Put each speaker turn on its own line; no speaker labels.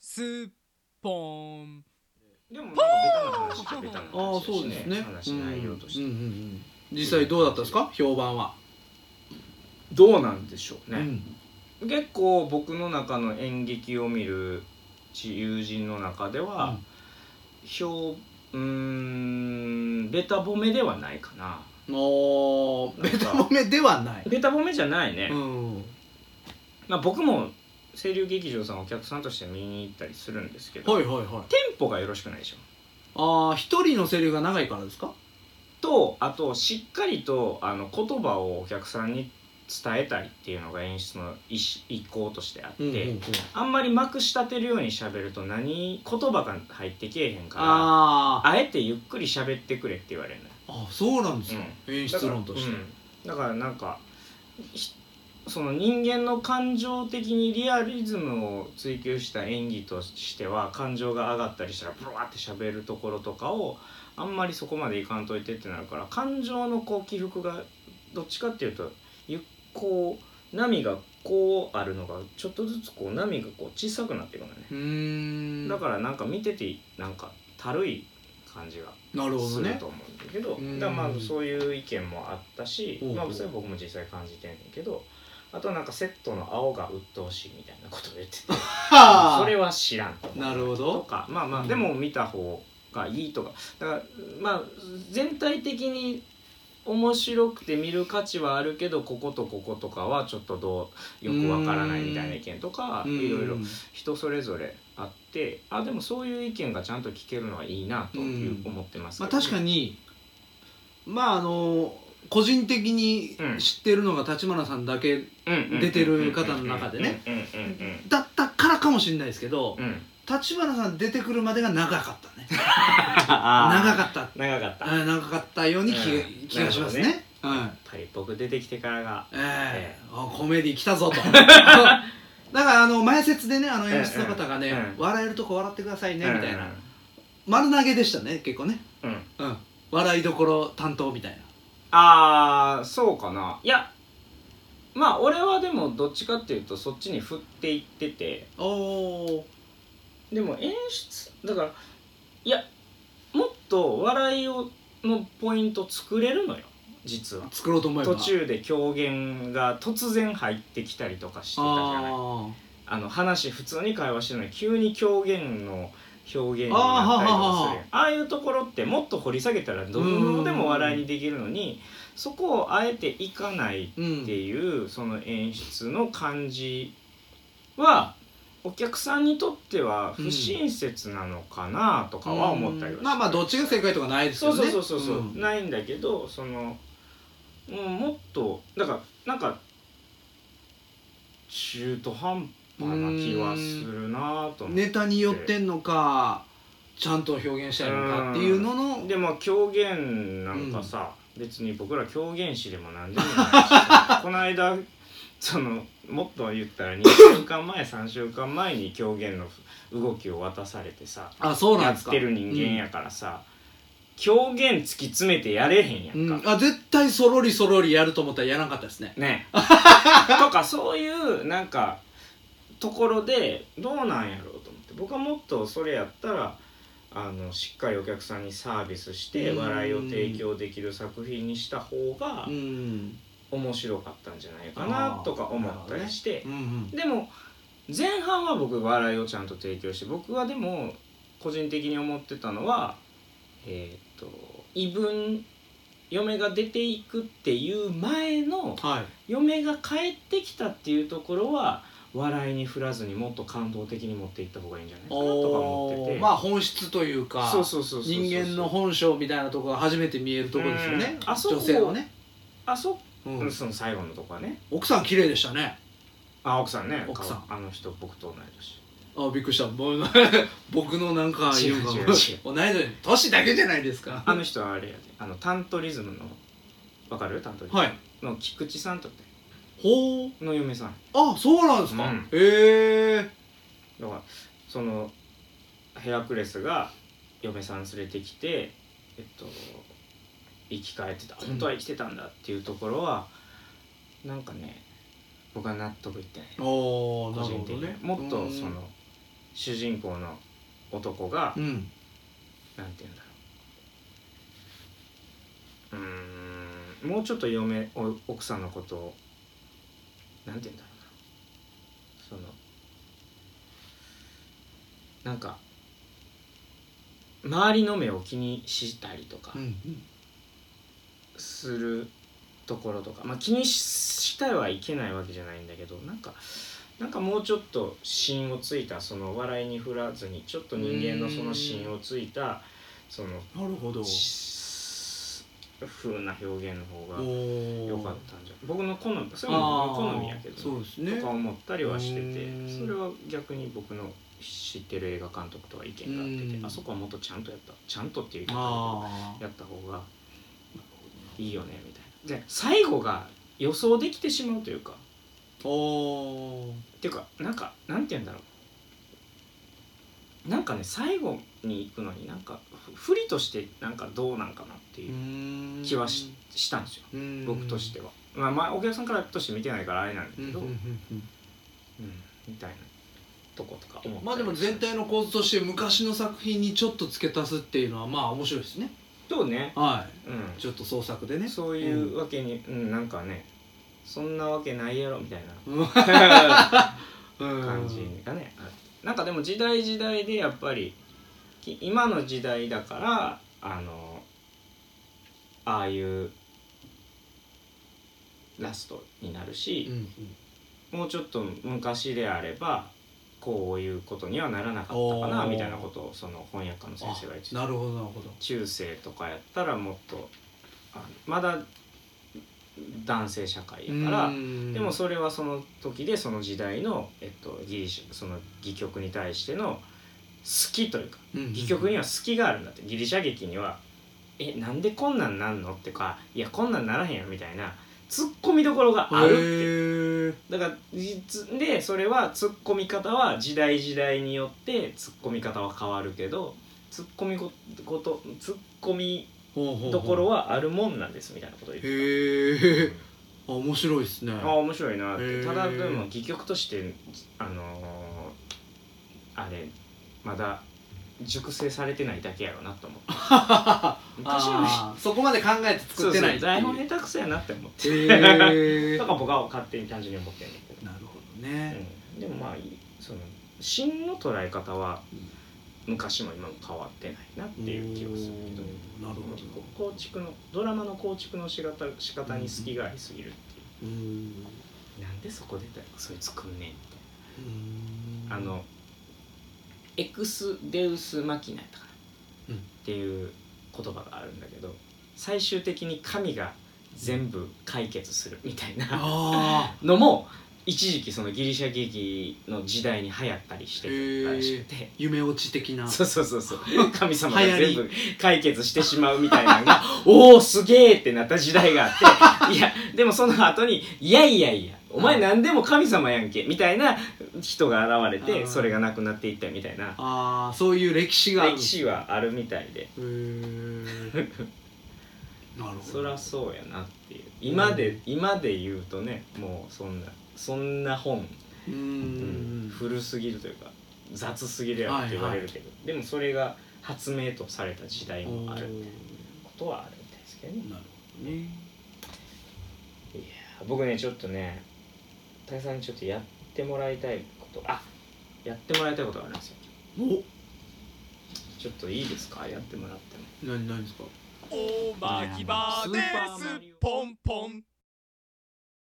すっぽん
でもなんかベタな話っちゃベタな
ああ
話だ
そう
し
ですね
話の内容として、
うんうんうんうん実際どうだったんですか評判は、
どうなんでしょう
う
ね、
ん
結構僕の中の演劇を見る友人の中では、評うーんベタ褒めではないかな
おー
なん
ベ
か
タ褒めではない、
ベタ褒めじゃないね、
うん、
まあ、僕も清流劇場さんお客さんとして見に行ったりするんですけど、
はいはいはい
テンポがよろしくないでしょ
ああ一人のセリフが長いからですか
とあとしっかりとあの言葉をお客さんに伝えたいっていうのが演出の意思意向としてあって、
うんうんうん
あんまりまくし立てるように喋ると何言葉が入ってけえへんからあ
あ
え
ー
てゆっくり喋ってくれって言われるのよ
あそうなんですか、演
だか
出
ら
論として、
うんだからなんかひその人間の感情的にリアリズムを追求した演技としては感情が上がったりしたらブワーって喋るところとかをあんまりそこまでいかんといてってなるから感情のこう起伏がどっちかっていうとゆこう波がこうあるのがちょっとずつこう波がこう小さくなっていくのね、
うーん
だからなんか見ててなんかたるい感じが
なるほ
す
ど
る
ね
と思うんだけど
うん
だからまあそういう意見もあったし、
ほう
ま
ほう
あ、それ僕も実際感じてんねんけどあとはなんかセットの青が鬱陶しいみたいなことを言ってて
はあ
それは知らんと
なるほ
と
ど
かまあま
う
あ
ん
でも見た方がいいとかだからまあ全体的に面白くて見る価値はあるけどこことこことかはちょっとどうよくわからないみたいな意見とか
うん
いろいろ人それぞれあってあでもそういう意見がちゃんと聞けるのはいいなという
うん
思ってます
まあ
けどね
確かにまああの個人的に
うん
知ってるのが立花さんだけ出てる方の中でね
うんうんうん
だったからかもしれないですけど
うんうんうん
立花さん出てくるまでが長かったね長
長
かった
長かったやっ
あ長かったように気,、
うん
気がしますね
な
うん
ぱり僕出てきてからが
え
ええ
えあコメディ来 たぞとだからあの前説でねあの演出の方がね、
うんうんうん
笑えるとこ笑ってくださいね、みたいな
うん
丸投げでしたね結構ね
うん
うん笑いどころ担当みたい
ああそうかないやまあ俺はでもどっちかっていうとそっちに振っていってて
なおお
でも演出だからいやもっと笑いをのポイント作れるのよ実は
作ろうと思えば
途中で狂言が突然入ってきたりとかしてたじゃない
あ
あの話普通に会話してるのに急に狂言の表現になったりとかするやんああいうところってもっと掘り下げたらどこでも笑いにできるのにそこをあえていかない
ーう
っ
ん
ていうその演出の感じはお客さんにとっては不親切なのかなとかは思ったりは
うんまあまあどっちが正解とかないです
そ
よ
う
ね
そうそうそうそう、
ん
ないんだけどそのもうもっとだからなんか中途半端な気はするなぁと思って、
ネタによってんのかちゃんと表現したいのかっていうのの
でも狂言なんかさ、別に僕ら狂言師でも何でもないし さこの間そのもっと言ったら2週間前3週間前に狂言の動きを渡されてさ
あそうな
や
んで
っ
すか
てる人間やからさ、狂言突き詰めてやれへんやんか、
うん、うんあ絶対そろりそろりやると思ったらやらなかったですね
ねとかそういうなんかところでどうなんやろうと思って僕はもっとそれやったらあのしっかりお客さんにサービスして
うん
笑いを提供できる作品にした方が
うん
面白かったんじゃないか
あ
な
ー
とか思ったりして
うんうん
でも前半は僕笑いをちゃんと提供して僕はでも個人的に思ってたのはえっ、と異文嫁が出ていくっていう前の
はい
嫁が帰ってきたっていうところは笑いに振らずにもっと感動的に持っていった方がいいんじゃないかなとか思って
お
て
まあ本質というか
そうそうそうそうそう
人間の本性みたいなところが初めて見えるところですよね
うんあそこ
女性のね、
あそ,、
うん
うその最後のとこはね
奥さん綺麗でしたね
あ奥さんね
奥さん
あの人僕と同い年
あびっくりした もう僕のなんか
違う
言うかも
違う違う
同い年年だけじゃないですか
あの人はあれやであのタントリズムのわかるタントリズム、
はい
の菊池さんとか
ほう
の嫁さん
あそうなんですか、
うん
へえ
だからそのヘラクレスが嫁さん連れてきてえっと生き返ってた
うん
本当は生きてたんだっていうところは、なんかね僕は納得いってない
おお
個
なる
人
ほ
的
ど
に
ね
もっと
うん
その主人公の男が、
う
な
ん
んて言うんだろううーんもうちょっと嫁お奥さんのことをなんて言うんだろうなそのなんか周りの目を気にしたりとか
うん
するところとか、まあ、気にししてはいけないわけじゃないんだけどなんかなんかもうちょっと芯をついたその笑いに振らずにちょっと人間のその芯をついたその
なるほど
し風な表現の方が
お
良かったんじゃ僕の好みそれ
あ
も
ー
好みやけど
そうですね
とか思ったりはしてて
うん
それは逆に僕の知ってる映画監督とは意見が合って
うん
てあそこはもっとちゃんとやったちゃんとっていう言い方
あ
やった方がいいよねみたいなで最後が予想できてしまうというか
あおー
っていうかなんかなんて言うんだろうなんかね最後に行くのになんかふふりとしてなんかどうなんかなって
う
いう
ーん
気はししたんですよ
うん
僕としては、まあ、まあお客さんからとして見てないからあれなんだけ
うんうん
ど、
う
うん
んうん
みたいなとことか思ったり
まあでも全
して
体の構図として昔の作品にちょっと付け足すっていうのはまあ面白いですね
そうね、
は
うん
いちょっと創作でね
そういうわけに、うん、なんかねそんなわけないやろみたいな
う ん
感
感
じがね、あなんかでも時代時代でやっぱりき今の時代だからあのああいうラストになるし、
うん
もうちょっと昔であればこういうことにはならなかったかな
おー
みたいなことをその翻訳家の先生が言って
な
て
るほどなるほど
中世とかやったらもっとあのまだ男性社会やから
で
でもそれはその時でその時代の、えっと、ギリシャその戯曲に対しての好きというか戯曲には好きがあるんだってギリシャ劇には「えなんでこんなんなんの?」ってか「いやこんなんならへんよ」みたいなツッコミどころがあるってだ
る
から実でそれはツッコミ方は時代時代によってツッコミ方は変わるけどツッコミごことツッコミどころ
は
はあるもんなんですみたいなことを言って
へえ面白いですね
あ面白いなって、
へー
ただでも戯曲としてあのーあれまだ熟成されてないだけやろうなと思って昔の人
あーそこまで考えて作ってない
そうそう台本下手くそやなって思って
へえ
とか僕は勝手に単純に思ってんだけ
なるほど
ど、
ね
うん、でもまあいいその芯の捉え方は昔も今も変わってないなっていう気がするけど
おーなるほど
構築のドラマの構築の仕方仕方に隙がありすぎるっていう
ーん
うなんでそこでそれ作んねんみたいな
う
あ
ーん
のエクス・デウス・マキナやったかな、
うん
っていう言葉があるんだけど最終的に神が全部解決するみたいな
あ
のも一時期そのギリシャ劇の時代に流行ったりしてたらしくて。
ー夢落ち的な
そうそうそう そう神様が
流行り
全部解決してしまうみたいなのが おおすげえってなった時代があって いやでもその後にいやいやいやお前何でも神様やんけみたいな人が現れ
あー
てそれがなくなっていったみたいな
ああそういう歴史がある
歴史はあるみたいで
へーなるほど
そりゃそうやなっていう今で今で言うとねもうそんなそんな本、
うーん
古すぎるというか雑すぎるやろって言われるけど、でもそれが発明とされた時代もある
おー
ことはあるみたいですけどね
なるほどね
いやー僕ねちょっとね高木さんにちょっとやってもらいたいことあやってもらいたいことがあるんですよ
お
ちょっといいですかやってもらっても
何何ですか
おまきばですポンポン